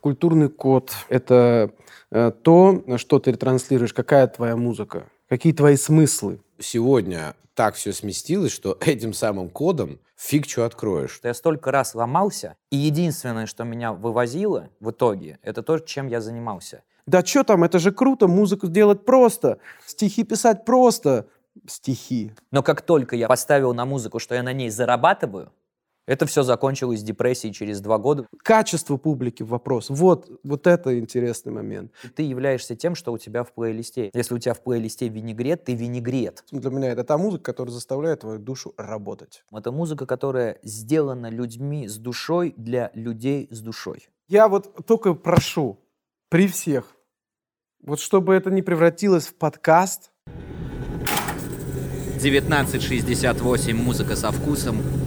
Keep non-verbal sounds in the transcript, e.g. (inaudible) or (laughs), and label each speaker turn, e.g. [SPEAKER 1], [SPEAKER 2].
[SPEAKER 1] Культурный код – это э, то, что ты транслируешь, какая твоя музыка, какие твои смыслы.
[SPEAKER 2] Сегодня так все сместилось, что (laughs) этим самым кодом фиг что откроешь.
[SPEAKER 3] что я столько раз ломался, и единственное, что меня вывозило в итоге, это то, чем я занимался.
[SPEAKER 1] Да что там, это же круто, музыку делать просто, стихи писать просто. Стихи.
[SPEAKER 3] Но как только я поставил на музыку, что я на ней зарабатываю, это все закончилось депрессией через два года.
[SPEAKER 1] Качество публики вопрос. Вот, вот это интересный момент.
[SPEAKER 3] И ты являешься тем, что у тебя в плейлисте. Если у тебя в плейлисте винегрет, ты винегрет.
[SPEAKER 1] Для меня это та музыка, которая заставляет твою душу работать.
[SPEAKER 3] Это музыка, которая сделана людьми с душой для людей с душой.
[SPEAKER 1] Я вот только прошу при всех, вот чтобы это не превратилось в подкаст,
[SPEAKER 4] 1968 «Музыка со вкусом»